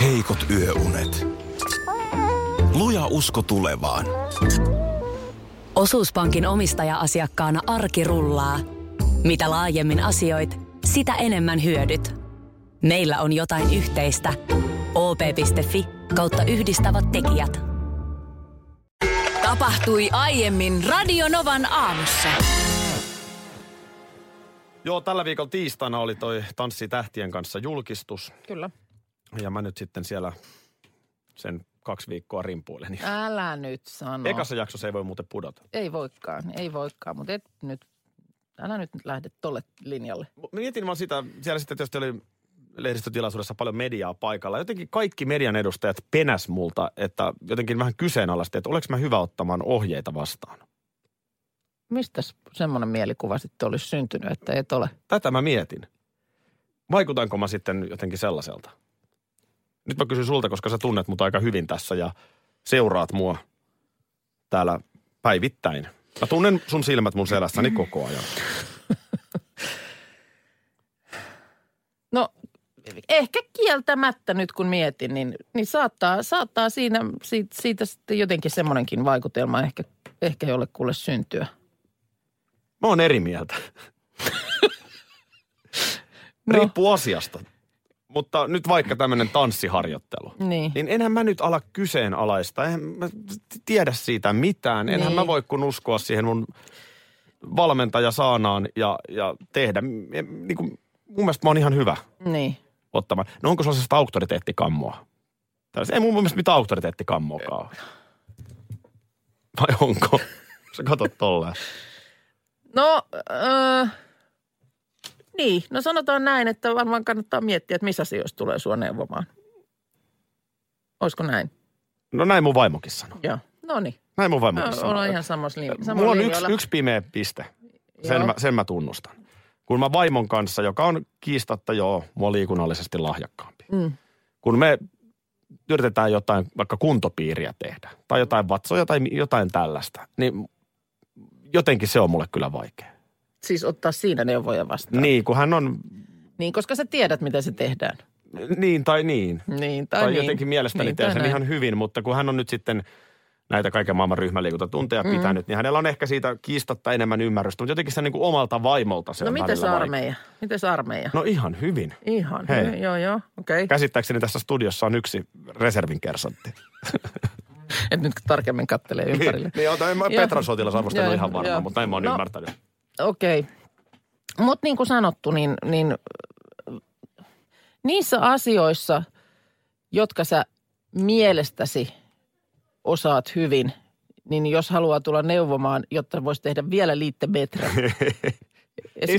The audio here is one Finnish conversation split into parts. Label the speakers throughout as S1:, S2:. S1: heikot yöunet. Luja usko tulevaan.
S2: Osuuspankin omistaja-asiakkaana arki rullaa. Mitä laajemmin asioit, sitä enemmän hyödyt. Meillä on jotain yhteistä. op.fi kautta yhdistävät tekijät.
S3: Tapahtui aiemmin Radionovan aamussa.
S4: Joo, tällä viikolla tiistaina oli toi Tanssi tähtien kanssa julkistus.
S5: Kyllä.
S4: Ja mä nyt sitten siellä sen kaksi viikkoa rimpuilen. Ja
S5: Älä nyt sano.
S4: Ekassa jaksossa ei voi muuten pudota.
S5: Ei voikaan, ei voikaan, mutta et nyt, älä nyt lähde tolle linjalle.
S4: Mä Mietin vaan sitä, siellä sitten tietysti oli lehdistötilaisuudessa paljon mediaa paikalla. Jotenkin kaikki median edustajat penäs multa, että jotenkin vähän kyseenalaisti, että olenko mä hyvä ottamaan ohjeita vastaan.
S5: Mistä semmoinen mielikuva sitten olisi syntynyt, että et ole?
S4: Tätä mä mietin. Vaikutanko mä sitten jotenkin sellaiselta? Nyt mä kysyn sulta, koska sä tunnet mut aika hyvin tässä ja seuraat mua täällä päivittäin. Mä tunnen sun silmät mun selässäni koko ajan.
S5: No ehkä kieltämättä nyt kun mietin, niin, niin saattaa, saattaa siinä, siitä, siitä sitten jotenkin semmoinenkin vaikutelma ehkä, ehkä jollekulle syntyä.
S4: Mä oon eri mieltä. no. Riippuu asiasta. Mutta nyt vaikka tämmöinen tanssiharjoittelu.
S5: Niin.
S4: Niin enhän mä nyt ala kyseenalaista. Enhän mä t- tiedä siitä mitään. Enhän
S5: Niin.
S4: mä voi kun uskoa siihen mun valmentaja saanaan ja, ja tehdä. M- em- Niin kuin, mun mielestä mä oon ihan hyvä
S5: Niin.
S4: ottamaan. No onko sellaisesta auktoriteettikammoa? Tällaista, ei mun mielestä mitään auktoriteettikammoakaan ole. Vai onko? Sä katot tolleen.
S5: No, äh, niin. No sanotaan näin, että varmaan kannattaa miettiä, että missä asioissa tulee sua neuvomaan. Olisiko näin?
S4: No näin mun vaimokin sanoi.
S5: Joo. No niin.
S4: Näin mun vaimokin
S5: No,
S4: sanoi.
S5: Ollaan ihan samassa li-
S4: Mulla
S5: samalla
S4: on
S5: linjalla.
S4: yksi, yksi pimeä piste. Sen
S5: Joo.
S4: mä, sen mä tunnustan. Kun mä vaimon kanssa, joka on kiistatta joo, mua liikunnallisesti lahjakkaampi.
S5: Mm.
S4: Kun me yritetään jotain vaikka kuntopiiriä tehdä tai jotain vatsoja tai mi- jotain tällaista, niin jotenkin se on mulle kyllä vaikea.
S5: Siis ottaa siinä neuvoja vastaan.
S4: Niin, kun hän on
S5: Niin, koska sä tiedät, mitä se tehdään.
S4: niin tai niin.
S5: Niin, tai,
S4: Tai, tai
S5: niin.
S4: jotenkin mielestäni niin,
S5: niin,
S4: teen
S5: tai
S4: sen
S5: näin.
S4: ihan hyvin, mutta kun hän on nyt sitten näitä kaiken maailman ryhmäliikuntatunteja mm. pitänyt, niin hänellä on ehkä siitä kiistatta enemmän ymmärrystä, mutta jotenkin se niin kuin omalta vaimolta se
S5: No
S4: on
S5: mites
S4: välillä vaikea.
S5: armeija? Mites armeija?
S4: No ihan hyvin.
S5: Ihan.
S4: Hei.
S5: Hei. Joo, joo. Okei. Okay.
S4: Käsittääkseni tässä studiossa on yksi reservin kersantti.
S5: Et nyt tarkemmin kattelee ympärille.
S4: niin, ota, en mä
S5: Joo.
S4: Petran sotilasarvosta en
S5: Joo,
S4: ole ihan varma,
S5: joo.
S4: mutta näin mä oon
S5: No.
S4: ymmärtänyt.
S5: Okei. Okay. Mutta niin kuin sanottu, niin, niin äh, niissä asioissa, jotka sä mielestäsi osaat hyvin, niin jos haluaa tulla neuvomaan, jotta voisi tehdä vielä liittemeträ. Esimerkiksi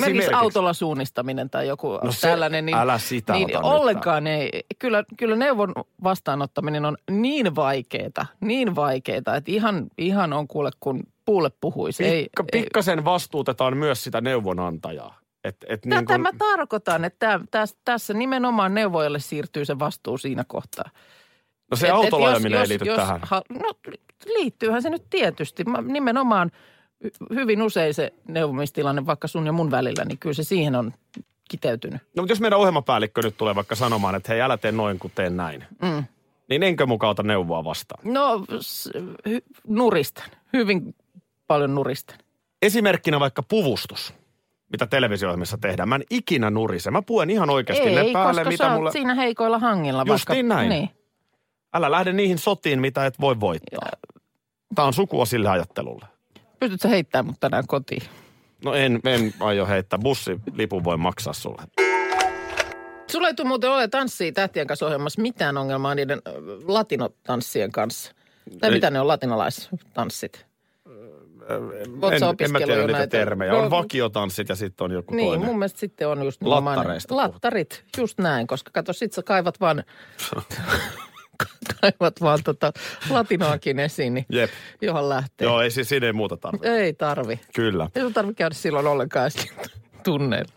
S4: Esimerkiksi.
S5: autolla suunnistaminen tai joku
S4: No
S5: no
S4: se-
S5: se, tällainen. Niin,
S4: älä sitä
S5: niin
S4: ota nyt
S5: ollenkaan ei. Kyllä, kyllä neuvon vastaanottaminen on niin vaikeeta, niin vaikeeta, että ihan, ihan on kuule kun puulle puhuisi. ei,
S4: Pikka,
S5: ei,
S4: pikkasen vastuutetaan myös sitä neuvonantajaa. Et, et
S5: Tätä
S4: niin
S5: niin
S4: kun,
S5: mä tarkoitan, että tää- täs, tässä nimenomaan neuvojalle siirtyy se vastuu siinä kohtaa.
S4: no se
S5: Et- et
S4: autolla
S5: jos-
S4: ajaminen ei
S5: jos-
S4: liity
S5: jos
S4: tähän.
S5: Ha, no liittyyhän se nyt tietysti. Mä, nimenomaan hy- hyvin usein se neuvomistilanne vaikka sun ja mun välillä, niin kyllä se siihen on kiteytynyt.
S4: No mutta jos meidän ohjelmapäällikkö nyt tulee vaikka sanomaan, että hei älä tee noin kuin teen näin,
S5: Mm.
S4: niin enkö mukaan ota neuvoa vastaan?
S5: No s- hy, nuristan, hyvin paljon nuristan.
S4: Esimerkkinä vaikvaikka puvustus, mitä televisio-ohjelmissa tehdään. Mä en ikinä nurise. Mä puen ihan oikeasti
S5: Ei,
S4: ne päälle,
S5: koska
S4: mitä
S5: sä oot
S4: mulle...
S5: siinä heikoilla hangilla.
S4: Justiin
S5: vaikka,
S4: näin.
S5: Niin.
S4: Älä lähde niihin sotiin, mitä et voi voittaa. Tämä on sukua sille ajattelulle.
S5: Pystytkö sä heittämään mut tänään kotiin?
S4: No en, en aio heittää. Bussilipun voi maksaa sulle.
S5: Sulla ei tule muuten ole tanssia tähtien kanssa ohjelmassa mitään ongelmaa niiden ö, latinotanssien kanssa. Tai
S4: Ei.
S5: mitä ne on latinalaistanssit? Oot
S4: en,
S5: sä
S4: en mä
S5: opiskellut
S4: tiedä
S5: jo
S4: niitä
S5: näitä?
S4: termejä.
S5: No-
S4: On vakiotanssit ja sitten on joku
S5: Niin,
S4: toinen.
S5: mun mielestä sitten on just
S4: Lattareista puhutaan.
S5: Lattarit, just näin, koska kato, sit sä kaivat vaan, kaivat vaan tota latinoakin esiin, niin
S4: Jep.
S5: johon lähtee.
S4: Joo, ei, siis siinä ei muuta tarvitse.
S5: Ei tarvi.
S4: Kyllä.
S5: Ei sun tarvi käydä silloin ollenkaan edes tunneilla.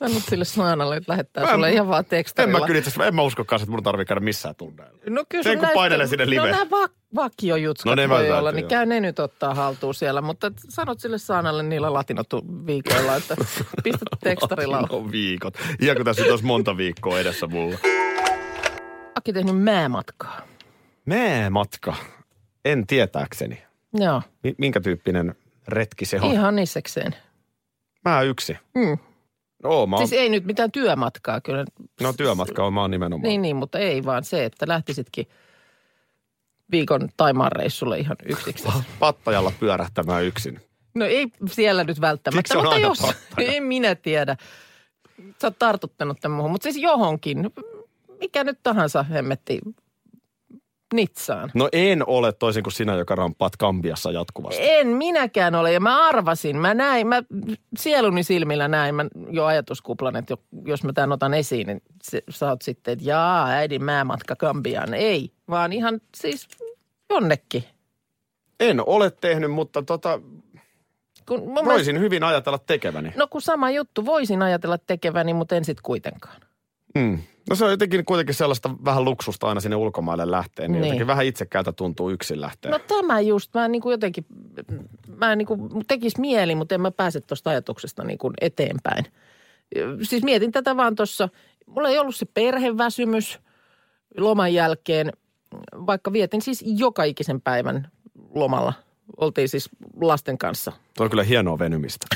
S5: Annat sille saanalle, että lähettää
S4: Mä en-
S5: sulle ihan vaan
S4: En
S5: tekstarilla.
S4: mä kyllä itse asiassa- en mä uskokaan, että mun tarvii käydä missään tunneilla.
S5: No kyllä
S4: Sen
S5: sun
S4: kun
S5: näyttö-
S4: painelee sinne
S5: No
S4: liveen.
S5: nämä va- vakiojutkat
S4: No
S5: no,
S4: ne
S5: ne
S4: vältäytyy,
S5: voi olla, niin
S4: joo.
S5: käy ne nyt ottaa haltuun siellä. Mutta et sanot sille saanalle niillä latinoviikoilla, että pistä tekstarilla.
S4: No viikot. Ihan kun tässä nyt olisi monta viikkoa edessä mulla.
S5: Aki tehnyt määmatkaa.
S4: Mee matka. En tietääkseni.
S5: Joo,
S4: Mi- Minkä tyyppinen retki se on?
S5: ihan nisekseen.
S4: Mä yksin.
S5: Mm.
S4: No, mä oon,
S5: Siis ei nyt mitään työmatkaa kyllä.
S4: no työmatka on, mä oon nimenomaan.
S5: Niin, niin, mutta ei vaan se, että lähtisitkin viikon Taimaan reissulle ihan yksiksi.
S4: Pattajalla pyörähtämään yksin.
S5: No ei siellä nyt
S4: Miksi
S5: välttämättä,
S4: on
S5: mutta
S4: aina
S5: jos,
S4: pakkana?
S5: en minä tiedä. Sä oot tartuttanut tämän muuhun, mutta siis johonkin, mikä nyt tahansa hemmetti Nitsaan.
S4: No en ole toisin kuin sinä, joka rampaat Kambiassa jatkuvasti.
S5: En minäkään ole, ja mä arvasin, mä näin, mä sieluni silmillä näin, mä jo ajatuskuplan, että jo- jos mä tämän otan esiin, niin se, sä oot sitten, että jaa, äidin määmatka Kambiaan. Ei, vaan ihan siis jonnekin.
S4: En ole tehnyt, mutta tota,
S5: Kun mun mielestä-
S4: voisin hyvin ajatella tekeväni.
S5: No kun sama juttu, voisin ajatella tekeväni, mutta en sit kuitenkaan.
S4: Mm. No se on jotenkin kuitenkin sellaista vähän luksusta aina sinne ulkomaille lähteen, niin, niin.
S5: Niin.
S4: jotenkin vähän itsekäältä tuntuu yksin lähteä.
S5: No tämä just, mä niin kuin jotenkin, mä niin kuin tekis mieli, mutta en mä pääse tuosta ajatuksesta niin kuin eteenpäin. Siis mietin tätä vaan tuossa, mulla ei ollut se perheväsymys loman jälkeen, vaikka vietin siis joka ikisen päivän lomalla. Oltiin siis lasten kanssa.
S4: Tuo on kyllä hienoa venymistä.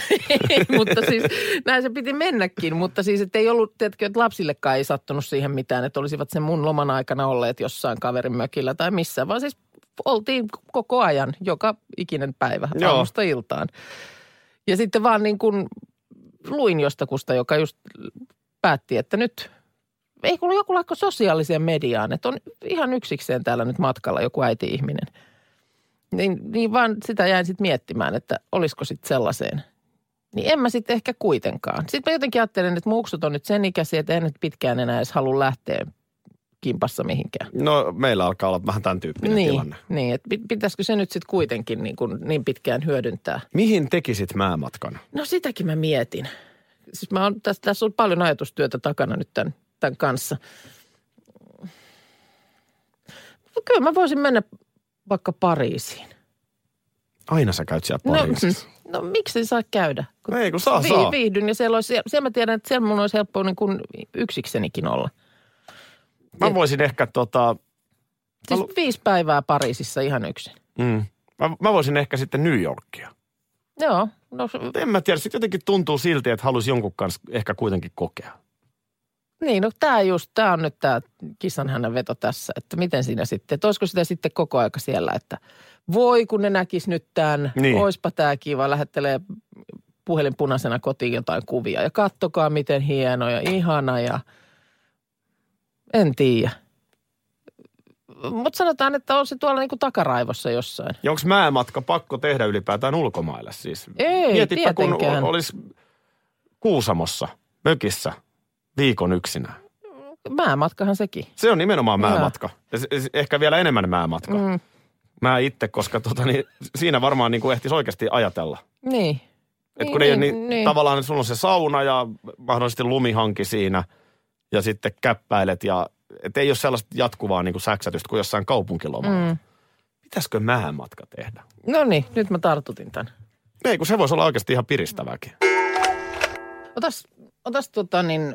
S5: mutta siis näin se piti mennäkin, mutta siis että ei ollut, tiedätkö, että lapsillekaan ei sattunut siihen mitään, että olisivat sen mun loman aikana olleet jossain kaverin mökillä tai missään, vaan siis oltiin koko ajan, joka ikinen päivä
S4: Joo.
S5: Joo. aamusta iltaan. Ja sitten vaan niin kuin luin jostakusta, joka just päätti, että nyt ei kun joku laikko sosiaaliseen mediaan, että on ihan yksikseen täällä nyt matkalla joku äiti-ihminen. Niin, niin vaan sitä jäin sitten miettimään, että olisiko sitten sellaiseen. Niin en mä sitten ehkä kuitenkaan. Sitten mä jotenkin ajattelen, että muksut on nyt sen ikäisiä, että en nyt pitkään enää edes halua lähteä kimpassa mihinkään.
S4: No meillä alkaa olla vähän tämän tyyppinen niin.
S5: niin,
S4: tilanne.
S5: niin että pit- pitäisikö se nyt sitten kuitenkin niin, kuin niin pitkään hyödyntää?
S4: Mihin tekisit määmatkan?
S5: No sitäkin mä mietin. Siis mä oon, tässä, tässä on paljon ajatustyötä takana nyt tämän, tämän kanssa. No Kyllä mä voisin mennä vaikka Pariisiin.
S4: Aina sä käyt siellä Pariisissa.
S5: No, mm. no miksi saa käydä?
S4: No ei, kun saa, saa.
S5: Viihdyn ja siellä, olisi, siellä mä tiedän, että siellä mun olisi helppoa niin kuin yksiksenikin olla.
S4: Mä voisin ehkä tota,
S5: Siis
S4: Halu-
S5: viisi päivää Pariisissa ihan yksin.
S4: mm, mä, mä voisin ehkä sitten New Yorkia.
S5: Joo, no s-
S4: Mutta en mä tiedä, sitten jotenkin tuntuu silti, että halusi jonkun kanssa ehkä kuitenkin kokea.
S5: niin, no tämä just, tämä on nyt tämä kissanhännän veto tässä, että miten siinä sitten, että olisiko sitä sitten koko aika siellä, että voi kun ne näkis nyt tämän,
S4: Niin.
S5: niin. oispa tämä kiva, lähettelee puhelin punaisena kotiin jotain kuvia ja kattokaa miten hieno ja ihana ja en tiedä. Mutta sanotaan, että on se tuolla niinku takaraivossa jossain.
S4: Ja onko määmatka pakko tehdä ylipäätään ulkomaille siis?
S5: Ei,
S4: Mietipä, kun
S5: tietenkään.
S4: olisi Kuusamossa, mökissä, viikon yksinä.
S5: Määmatkahan sekin.
S4: Se on nimenomaan
S5: Joo.
S4: määmatka. Ja se- se- ehkä vielä enemmän määmatka.
S5: niin.
S4: Mm. Mä itse, koska tota, niin, siinä varmaan niin kuin ehtisi oikeasti ajatella.
S5: Niin.
S4: Et kun niin, ei, niin, niin. tavallaan sulla on se sauna ja mahdollisesti lumihanki siinä ja sitten käppäilet ja et ei ole sellaista jatkuvaa niin kuin säksätystä kuin jossain kaupunkilomalla. Mm. Pitäisikö määmatka tehdä?
S5: No niin, nyt mä tartutin tämän.
S4: Ei, kun se voisi olla oikeasti ihan piristävääkin.
S5: Otas, otas tota niin,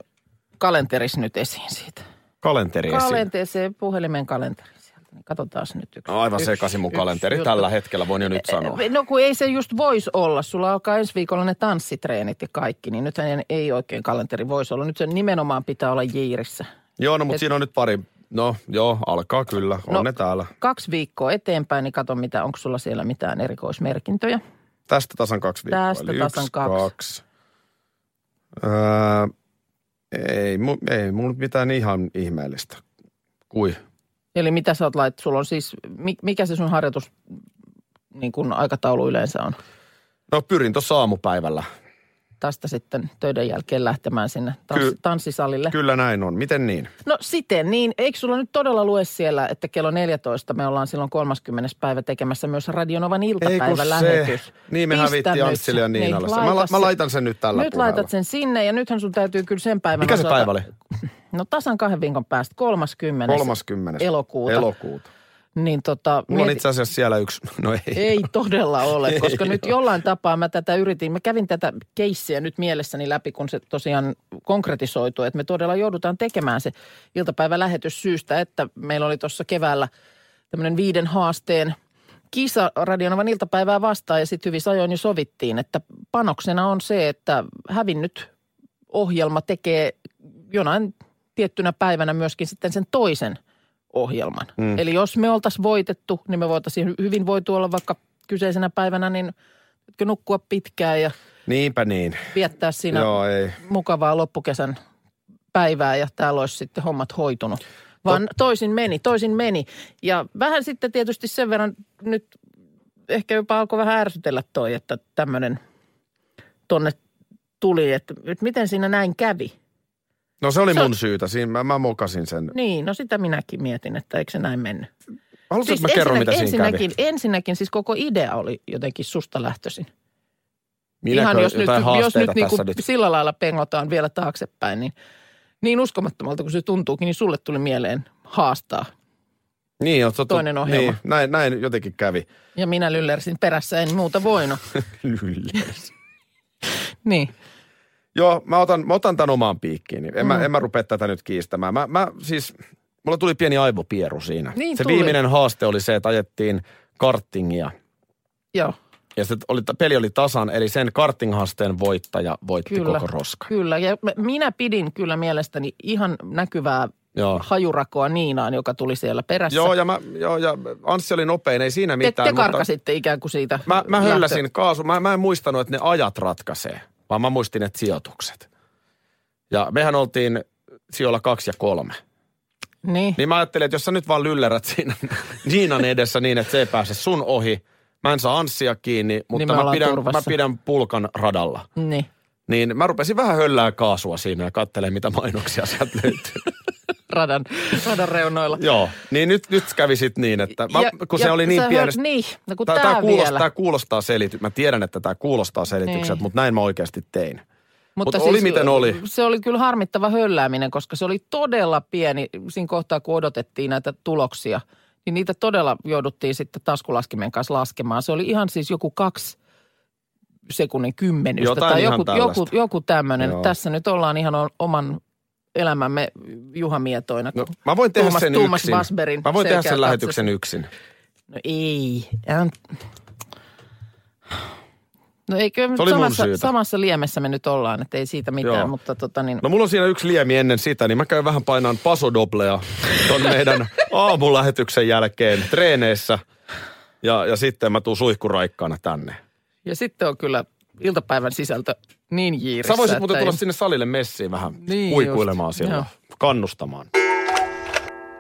S5: kalenteris nyt esiin siitä.
S4: Kalenteri esiin.
S5: Kalenteeseen, puhelimen kalenteri sieltä. Niin katsotaan nyt yksi.
S4: No, aivan
S5: yksi-
S4: sekaisin mun
S5: yksi
S4: kalenteri
S5: juttu.
S4: tällä hetkellä, voin jo nyt sanoa.
S5: No kun ei se just voisi olla. Sulla alkaa ensi viikolla ne tanssitreenit ja kaikki, niin nythän ei oikein kalenteri voisi olla. Nyt se nimenomaan pitää olla jiirissä.
S4: Joo, no mutta siinä on nyt pari. No joo, alkaa kyllä, on
S5: No.
S4: ne täällä.
S5: Kaksi viikkoa eteenpäin, niin kato mitä, onko sulla siellä mitään erikoismerkintöjä.
S4: Tästä tasan kaksi viikkoa.
S5: Tästä
S4: eli
S5: tasan
S4: yksi,
S5: kaksi.
S4: kaksi. Öö, ei, mu, ei mulla mitään ihan ihmeellistä. Kui?
S5: Eli mitä sä oot lait, sulla on siis, mi- mikä se sun harjoitus niin kun aikataulu yleensä on?
S4: No pyrin tuossa aamupäivällä
S5: tästä sitten töiden jälkeen lähtemään sinne tanssi,
S4: Ky-
S5: tanssisalille.
S4: Kyllä näin on. Miten niin?
S5: No siten, niin eikö sulla nyt todella lue siellä, että kello 14 me ollaan silloin 30. päivä tekemässä myös Radionovan
S4: Ei kun
S5: iltapäivän
S4: se.
S5: lähetys.
S4: Niin me hävittiin
S5: nyt
S4: Anssille ja
S5: se.
S4: Niinalle se. Mä la- mä
S5: se.
S4: laitan sen nyt tällä
S5: Nyt
S4: puheella.
S5: laitat sen sinne ja nythän sun täytyy kyllä sen päivän
S4: Mikä se
S5: osata-
S4: päivä oli?
S5: No tasan kahden viikon päästä, 30.
S4: 30.
S5: Elokuuta.
S4: Elokuuta.
S5: Niin tota,
S4: Mulla on
S5: mieti-
S4: itse asiassa siellä yksi, no ei.
S5: Ei todella ole, koska nyt jollain tapaa mä tätä yritin, mä kävin tätä keissiä nyt mielessäni läpi, kun se tosiaan konkretisoituu, että me todella joudutaan tekemään se iltapäivälähetys syystä, että meillä oli tuossa keväällä tämmöinen viiden haasteen kisa Radionavan iltapäivää vastaan ja sitten hyvin ajoin jo sovittiin, että panoksena on se, että hävinnyt ohjelma tekee jonain tiettynä päivänä myöskin sitten sen toisen ohjelman. Mm. Eli jos me oltaisiin voitettu, niin me voitaisiin hy- hyvin voitu olla vaikka kyseisenä päivänä, niin nytkö nukkua pitkään ja
S4: Niinpä niin.
S5: viettää siinä
S4: Joo, ei.
S5: mukavaa loppukesän päivää ja täällä olisi sitten hommat hoitunut. Vaan toisin meni, toisin meni. Ja vähän sitten tietysti sen verran nyt ehkä jopa alkoi vähän ärsytellä toi, että tämmöinen tonne tuli, että, että miten siinä näin kävi.
S4: No se oli
S5: Se
S4: mun
S5: on-
S4: syytä. Siinä mä, mä mokasin sen.
S5: Niin, no sitä minäkin mietin, että eikö se näin mennyt.
S4: Haluatko, siis että mä kerron, mitä siinä kävi?
S5: ensinnäkin, ensinnäkin siis koko idea oli jotenkin susta lähtöisin.
S4: Minäkö
S5: Ihan jos nyt,
S4: jotain
S5: jos
S4: haasteita
S5: nyt, niin
S4: tässä
S5: kuin sillä lailla pengotaan vielä taaksepäin, niin niin uskomattomalta kuin se tuntuukin, niin sulle tuli mieleen haastaa.
S4: Niin, on totta.
S5: toinen ohjelma.
S4: Niin, näin, näin jotenkin kävi.
S5: Ja minä lyllersin perässä, en muuta voinut. niin.
S4: Joo, mä otan, mä otan tämän omaan piikkiin. En, mm. mä, en mä rupea tätä nyt kiistämään. Mä, mä siis, mulla tuli pieni aivopieru siinä.
S5: Niin
S4: se
S5: tuli.
S4: viimeinen haaste oli se, että ajettiin kartingia.
S5: Joo,
S4: Ja se oli, peli oli tasan, eli sen kartinghaasteen voittaja voitti
S5: kyllä.
S4: koko roska.
S5: Kyllä, ja mä- minä pidin kyllä mielestäni ihan näkyvää
S4: Joo.
S5: hajurakoa Niinaan, joka tuli siellä perässä.
S4: Joo, ja, mä, joo, ja Anssi oli nopein, ei siinä
S5: te,
S4: mitään.
S5: te
S4: mutta-
S5: karkasitte ikään kuin siitä.
S4: Mä, mä
S5: lähtö-
S4: hölläsin kaasu. Mä, mä en muistanut, että ne ajat ratkaisee, vaan mä muistin, että sijoitukset. Ja mehän oltiin sijoilla kaksi ja kolme.
S5: Niin.
S4: Niin mä ajattelin, että jos sä nyt vaan lyllerät siinä Niinan edessä niin, että se ei pääse sun ohi. Mä en saa Anssia kiinni,
S5: Niin
S4: mutta
S5: me
S4: niin mä,
S5: ollaan
S4: pidän,
S5: turvassa.
S4: mä pidän pulkan radalla.
S5: niin.
S4: Niin mä rupesin vähän höllää kaasua siinä ja kattelee, mitä mainoksia sieltä löytyy.
S5: Radan, radan reunoilla.
S4: Joo, niin nyt, nyt kävi sit niin, että mä, kun se oli niin
S5: sä
S4: pienestä...
S5: hör- Niin, no kun
S4: Tää,
S5: tää,
S4: tää, kuulostaa,
S5: vielä.
S4: tää kuulostaa selity. Mä tiedän, että tämä kuulostaa selitykseltä,
S5: Niin.
S4: mutta näin mä oikeasti tein. mut oli miten oli.
S5: siis Se oli kyllä harmittava höllääminen, koska se oli todella pieni siinä kohtaa, kun odotettiin näitä tuloksia. Niin niitä todella jouduttiin sitten taskulaskimen kanssa laskemaan. Se oli ihan siis joku kaksi sekunnin kymmenystä
S4: Jotain
S5: tai
S4: ihan
S5: joku,
S4: tällaista.
S5: joku, joku tämmöinen.
S4: Joo.
S5: Tässä nyt ollaan ihan o- oman elämämme juhamietoina.
S4: No,
S5: kun
S4: mä voin tehdä
S5: Tuomas,
S4: sen
S5: Tuomas
S4: yksin.
S5: Basberin
S4: mä voin tehdä sen
S5: selkää
S4: lähetyksen yksin.
S5: No ei. Än- No eikö nyt
S4: oli mun
S5: samassa,
S4: syytä.
S5: samassa liemessä me nyt ollaan, että ei siitä mitään,
S4: Joo.
S5: mutta tota niin.
S4: No mulla on siinä yksi liemi ennen sitä, niin mä käyn vähän painaan pasodoblea ton meidän aamulähetyksen jälkeen treeneissä. Ja, ja sitten mä tuun suihkuraikkaana tänne.
S5: Ja sitten on kyllä iltapäivän sisältö niin jiirissä,
S4: Sä voisit
S5: että
S4: muuten
S5: ei-
S4: tulla sinne salille messiin vähän
S5: Niin
S4: niin huikuilemaan
S5: just,
S4: silloin,
S5: joo.
S4: kannustamaan.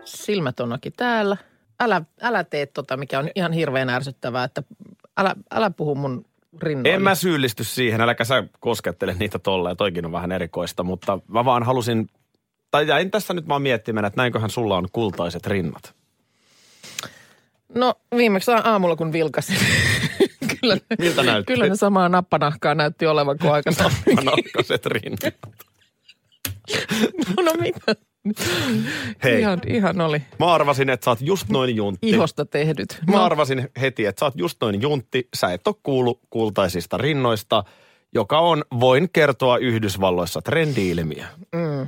S5: Silmät on noki täällä. Älä, älä tee tota, mikä on ihan hirveän ärsyttävää, että älä, älä puhu mun rinnoille.
S4: En mä syyllisty siihen, äläkä sä koskettele niitä tolleen, toikin on vähän erikoista, mutta mä vaan halusin, tai jäin tässä nyt vaan miettimään, että näinköhän sulla on kultaiset rinnat.
S5: No viimeksi a- aamulla, kun vilkasin. kyllä, ne-
S4: Miltä näytti?
S5: Kyllä ne samaa nappanahkaa näytti olevan kuin aikaisemmin.
S4: Nahkaset rinnat.
S5: no mitä?
S4: Hei,
S5: Ihan, ihan oli
S4: mä arvasin, että sä oot just noin juntti.
S5: ihosta No. tehdyt.
S4: Mä arvasin heti, että sä oot just noin juntti, sä et ole kuullut kultaisista rinnoista, joka on, voin kertoa Yhdysvalloissa, trendi-ilmiö. Mm.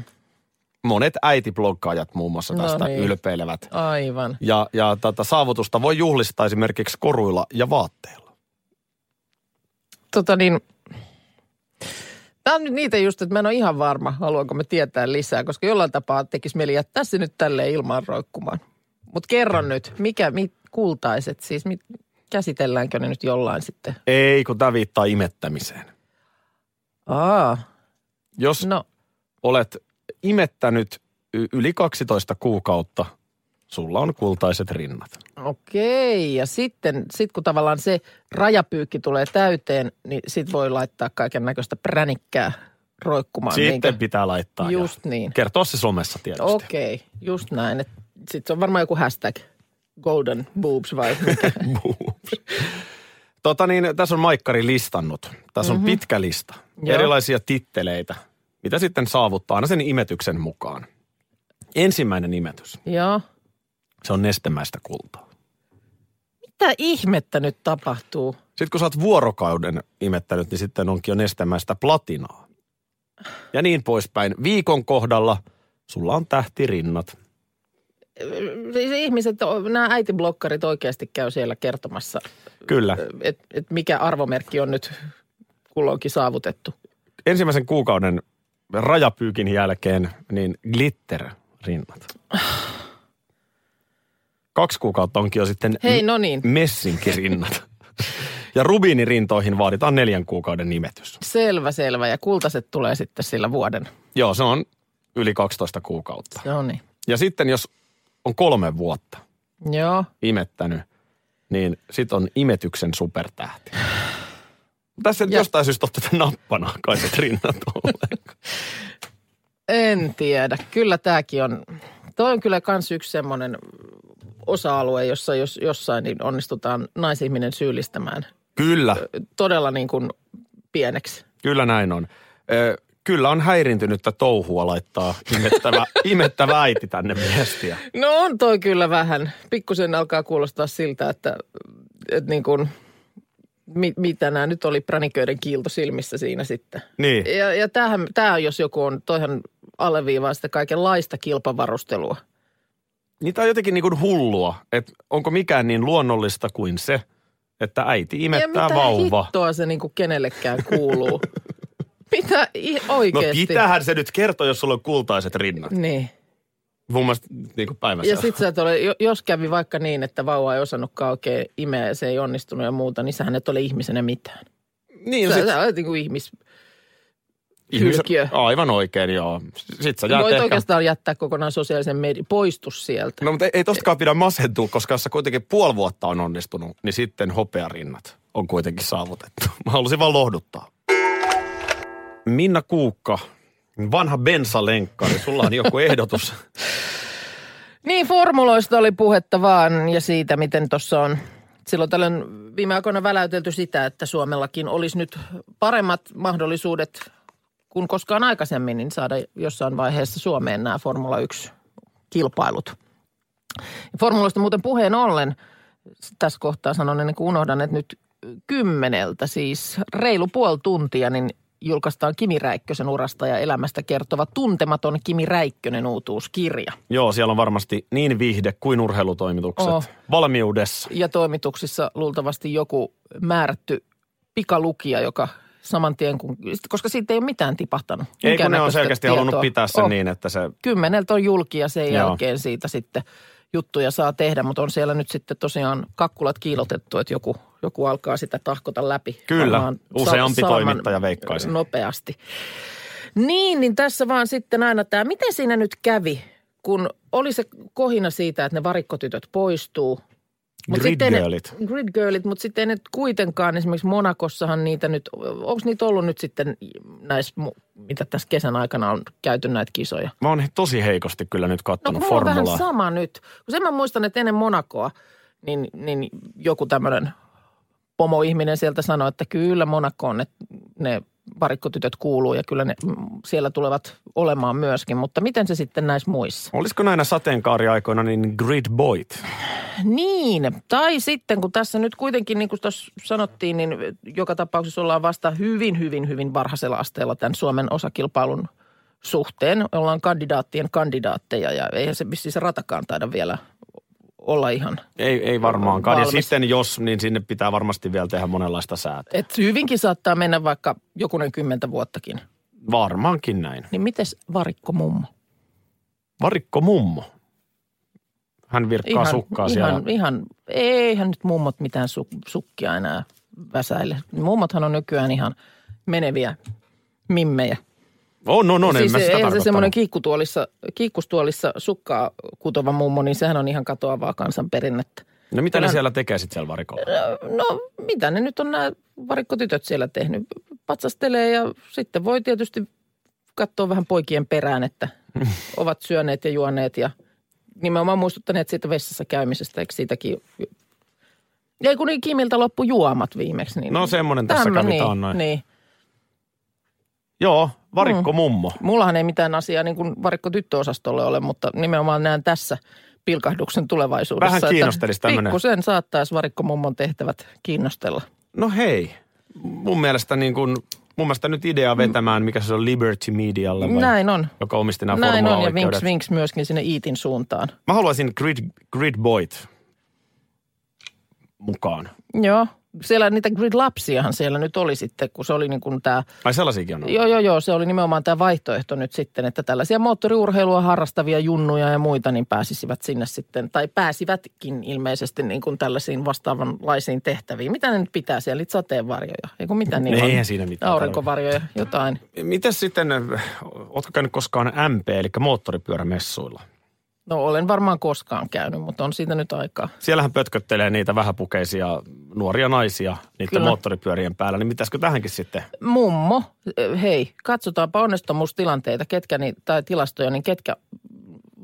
S4: Monet äitibloggaajat muun muassa
S5: No
S4: tästä
S5: niin.
S4: ylpeilevät.
S5: Aivan.
S4: Ja, ja tätä saavutusta voi juhlistaa esimerkiksi koruilla ja vaatteilla.
S5: Tota niin, tämä on nyt niitä just, että mä en ole ihan varma, haluanko mä tietää lisää, koska jollain tapaa tekisi mieli jättää se nyt tälleen ilmaan roikkumaan. Mutta kerro nyt, mikä, mit, kultaiset siis, mit, käsitelläänkö ne nyt jollain sitten?
S4: Ei, kun tämä viittaa imettämiseen.
S5: Aa,
S4: Jos no.
S5: no
S4: olet imettänyt y- yli 12 kuukautta, sulla on kultaiset rinnat.
S5: Okei, ja sitten sit kun tavallaan se rajapyykki tulee täyteen, niin sit voi laittaa kaiken näköistä pränikkää roikkumaan.
S4: Sitten
S5: niinkö?
S4: pitää laittaa. ja
S5: Just niin.
S4: Kertoa se somessa tietysti.
S5: Okei, just näin. Sitten se on varmaan joku hashtag golden boobs vai mikä.
S4: Tota niin, tässä on Maikkari listannut. Tässä on mm-hmm. pitkä lista.
S5: Mhm. Joo.
S4: Erilaisia titteleitä, mitä sitten saavuttaa aina sen imetyksen mukaan. Ensimmäinen imetys,
S5: Joo.
S4: se on nestemäistä kultaa.
S5: Mitä ihmettä nyt tapahtuu?
S4: Sitten kun sä oot vuorokauden imettänyt, niin sitten onkin jo nestemäistä platinaa. Ja niin poispäin. Viikon kohdalla sulla on tähtirinnat.
S5: Siis ihmiset, nämä äitiblokkarit oikeasti käy siellä kertomassa,
S4: Kyllä.
S5: että et mikä arvomerkki on nyt kulloinkin saavutettu.
S4: Ensimmäisen kuukauden rajapyykin jälkeen, niin glitterrinnat. Kaksi kuukautta onkin jo sitten
S5: Hei, no niin.
S4: messinkirinnat. Ja rubiinirintoihin vaaditaan neljän kuukauden nimetys.
S5: Selvä, selvä. Ja kultaset tulee sitten sillä vuoden.
S4: Joo, se on yli 12 kuukautta.
S5: No niin.
S4: Ja sitten jos on kolme vuotta
S5: Joo.
S4: imettänyt, niin sit on imetyksen supertähti. Tässä nyt jostain syystä olette tätä nappanaa kai se rinnat ollenkaan.
S5: En tiedä. Kyllä tämäkin on, toi on kyllä kans yksi semmoinen osa-alue, jossa jos jossain niin onnistutaan naisihminen syyllistämään
S4: Kyllä,
S5: todella niin kuin pieneksi.
S4: kyllä näin on. Ö, kyllä on häirintynyttä touhua laittaa imettävä, imettävä äiti tänne viestiä.
S5: No on toi kyllä vähän. Pikkusen alkaa kuulostaa siltä, että, että niin kuin, mi, mitä nämä nyt oli präniköiden kiilto silmissä siinä sitten.
S4: Niin,
S5: Ja, ja tämähän, tämä jos joku on, toihan alleviivaa sitä kaikenlaista kilpavarustelua.
S4: niitä on jotenkin niin kuin hullua, että onko mikään niin luonnollista kuin se, että äiti
S5: ja
S4: imettää
S5: mitä
S4: vauva.
S5: hittoa se niin kuin kenellekään kuuluu? mitä i-
S4: No
S5: oikeasti?
S4: pitähän se nyt kertoa, jos sulla on kultaiset rinnat.
S5: Niin.
S4: Mun mielestä niin kuin päivässä.
S5: Ja sit sä et ole, jo- jos kävi vaikka niin, että vauva ei osannutkaan oikein imeä ja se ei onnistunut ja muuta, niin sähän et ole ihmisenä mitään.
S4: niin,
S5: Sä,
S4: sit-
S5: sä olet niin kuin ihmis...
S4: Ihmis-
S5: Hylkiö.
S4: Aivan oikein, joo. Sitten sä jäät
S5: Voit
S4: ehkä...
S5: oikeastaan jättää kokonaan sosiaalisen median, poistus sieltä.
S4: No mutta ei, ei tostakaan pidä masentua, koska jos sä kuitenkin puoli vuotta on onnistunut, niin sitten hopearinnat on kuitenkin saavutettu. Mä halusin vaan lohduttaa. Minna Kuukka, vanha bensalenkkari, sulla on joku ehdotus.
S5: Niin, formuloista oli puhetta vaan ja siitä, miten tuossa on silloin tällöin viime aikoina väläytelty sitä, että Suomellakin olisi nyt paremmat mahdollisuudet kuin koskaan aikaisemmin, niin saada jossain vaiheessa Suomeen nämä Formula 1-kilpailut. Formuloista muuten puheen ollen, tässä kohtaa sanon ennen kuin unohdan, että nyt kymmeneltä, siis reilu puoli tuntia, niin julkaistaan Kimi Räikkösen urasta ja elämästä kertova tuntematon Kimi Räikkönen uutuuskirja.
S4: joo, siellä on varmasti niin viihde kuin urheilutoimitukset
S5: Oh.
S4: valmiudessa.
S5: ja toimituksissa luultavasti joku määrätty pikalukija, joka saman tien kun, koska siitä ei ole mitään
S4: Ei
S5: tipahtanut.
S4: kun ne on
S5: Minkäännäköistä
S4: selkeästi
S5: tietoa.
S4: halunnut pitää sen
S5: On.
S4: niin, että se...
S5: Kymmeneltä on julki ja sen
S4: Joo.
S5: jälkeen siitä sitten juttuja saa tehdä, mutta on siellä nyt sitten tosiaan kakkulat kiilotettu, että joku, joku alkaa sitä tahkota läpi.
S4: Kyllä.
S5: Varmaan
S4: Useampi
S5: sal- salman
S4: toimittaja veikkaisin.
S5: Nopeasti. Niin, niin tässä vaan sitten aina tämä, miten siinä nyt kävi, kun oli se kohina siitä, että ne varikkotytöt poistuu. Mut
S4: Grid
S5: sitten ei
S4: girlit.
S5: Ne, grid girlit, mutta sitten ei ne kuitenkaan, esimerkiksi Monakossahan niitä nyt, onko niitä ollut nyt sitten näissä, mu- mitä tässä kesän aikana on käyty näitä kisoja?
S4: Mä oon tosi heikosti kyllä nyt
S5: No kun
S4: kattonut
S5: mulla on vähän
S4: formulaa.
S5: sama nyt. Kun sen mä muistan, että ennen Monakoa, niin, niin joku tämmöinen pomoihminen sieltä sanoi, että kyllä Monakoon ne, ne varikkotytöt kuuluu ja kyllä ne mm, siellä tulevat olemaan myöskin. Mutta miten se sitten näissä muissa?
S4: Olisiko näinä sateenkaariaikoina niin grid boyt?
S5: Niin, tai sitten kun tässä nyt kuitenkin, niin kuin tuossa sanottiin, niin joka tapauksessa ollaan vasta hyvin, hyvin, hyvin varhaisella asteella tämän Suomen osakilpailun suhteen. Ollaan kandidaattien kandidaatteja ja eihän se siis se ratakaan taida vielä olla ihan.
S4: Ei, ei varmaankaan. Ja
S5: Valmis.
S4: sitten jos, niin sinne pitää varmasti vielä tehdä monenlaista säätöä.
S5: Et hyvinkin saattaa mennä vaikka jokunen kymmentä vuottakin.
S4: Varmaankin näin.
S5: Niin mites varikko mummo?
S4: Varikko mummo. Hän virkkaa sukkaa siellä.
S5: ihan, ihan, eihän nyt mummot mitään su, sukkia enää väsäile. Mummothan on nykyään ihan meneviä mimmejä.
S4: On, on, on. en
S5: siis
S4: No niin, mä sitä
S5: eihän se
S4: tarkoittanut.
S5: semmoinen kiikkutuolissa, kiikkustuolissa sukkaa kutova mummo, niin sehän on ihan katoavaa kansanperinnettä.
S4: No mitä ne
S5: Kyllä-
S4: siellä tekee sitten siellä varikolla?
S5: No mitä ne nyt on nämä varikkotytöt siellä tehnyt? Patsastelee ja sitten voi tietysti katsoa vähän poikien perään, että ovat syöneet ja juoneet ja nimenomaan muistuttaneet siitä vessassa käymisestä, eikö siitäkin... Ja kun niin Kimiltä loppu juomat viimeksi, niin...
S4: No semmonen tässä
S5: Tämä,
S4: kävi
S5: niin, Mm.
S4: taannoin.
S5: niin.
S4: Joo, varikko mummo.
S5: Mullahan ei mitään asiaa niin kuin varikkotyttöosastolle ole, mutta nimenomaan näen tässä pilkahduksen tulevaisuudessa.
S4: Vähän
S5: että
S4: kiinnostelisi tämmönen.
S5: Pikkusen saattaisi varikkomummon tehtävät kiinnostella.
S4: No hei, mun mielestä niin kuin, mun mielestä nyt idea vetämään, mikä se on Liberty Medialle vai?
S5: Näin on.
S4: Joka omisti nämä
S5: Näin on, ja
S4: formula-oikeudet.
S5: vinks vinks myöskin sinne Iitin suuntaan.
S4: Mä haluaisin Grid, grid Boyt mukaan.
S5: Joo. Siellä niitä grid-lapsiahan siellä nyt oli sitten, kun se oli niin kuin tämä,
S4: Ai sellaisiakin on.
S5: No. joo joo joo, se oli nimenomaan tämä vaihtoehto nyt sitten, että tällaisia moottoriurheilua harrastavia junnuja ja muita, niin pääsisivät sinne sitten, tai pääsivätkin ilmeisesti niin kuin tällaisiin vastaavanlaisiin tehtäviin. Mitä ne nyt pitää siellä, niitä sateenvarjoja, eikö mitä
S4: Ei,
S5: niillä on?
S4: eihän siinä mitään
S5: Aurinkovarjoja, jotain.
S4: Mites sitten, ootko käynyt koskaan MP, eli moottoripyörämessuilla?
S5: No olen varmaan koskaan käynyt, mutta on siitä nyt aikaa.
S4: Siellähän pötköttelee niitä vähäpukeisia nuoria naisia niiden
S5: Kyllä.
S4: moottoripyörien päällä, niin mitäskö tähänkin sitten?
S5: mummo, ö, hei, katsotaanpa onnettomuustilanteita ketkä ni, tai tilastoja, niin ketkä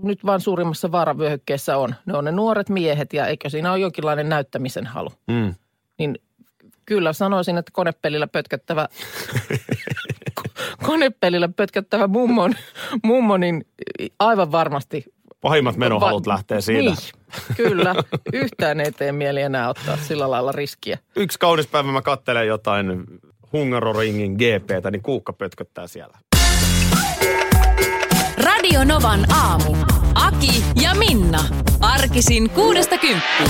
S5: nyt vaan suurimmassa vaaravyöhykkeessä on. Ne on ne nuoret miehet ja eikö siinä ole jonkinlainen näyttämisen halu.
S4: Mm.
S5: Niin kyllä sanoisin, että konepelillä pötköttävä, konepelillä pötköttävä mummon, mummo, niin aivan varmasti.
S4: Pahimmat menohalut
S5: Va-
S4: lähtee siitä.
S5: Niin, kyllä. Yhtään ei tee mieli enää ottaa sillä lailla riskiä.
S4: Yksi kaunis päivä mä kattelen jotain Hungaroringin GPtä, niin kuukka pötköttää siellä.
S3: Radio Novan aamu. Aki ja Minna. Arkisin kuudesta kymppiin.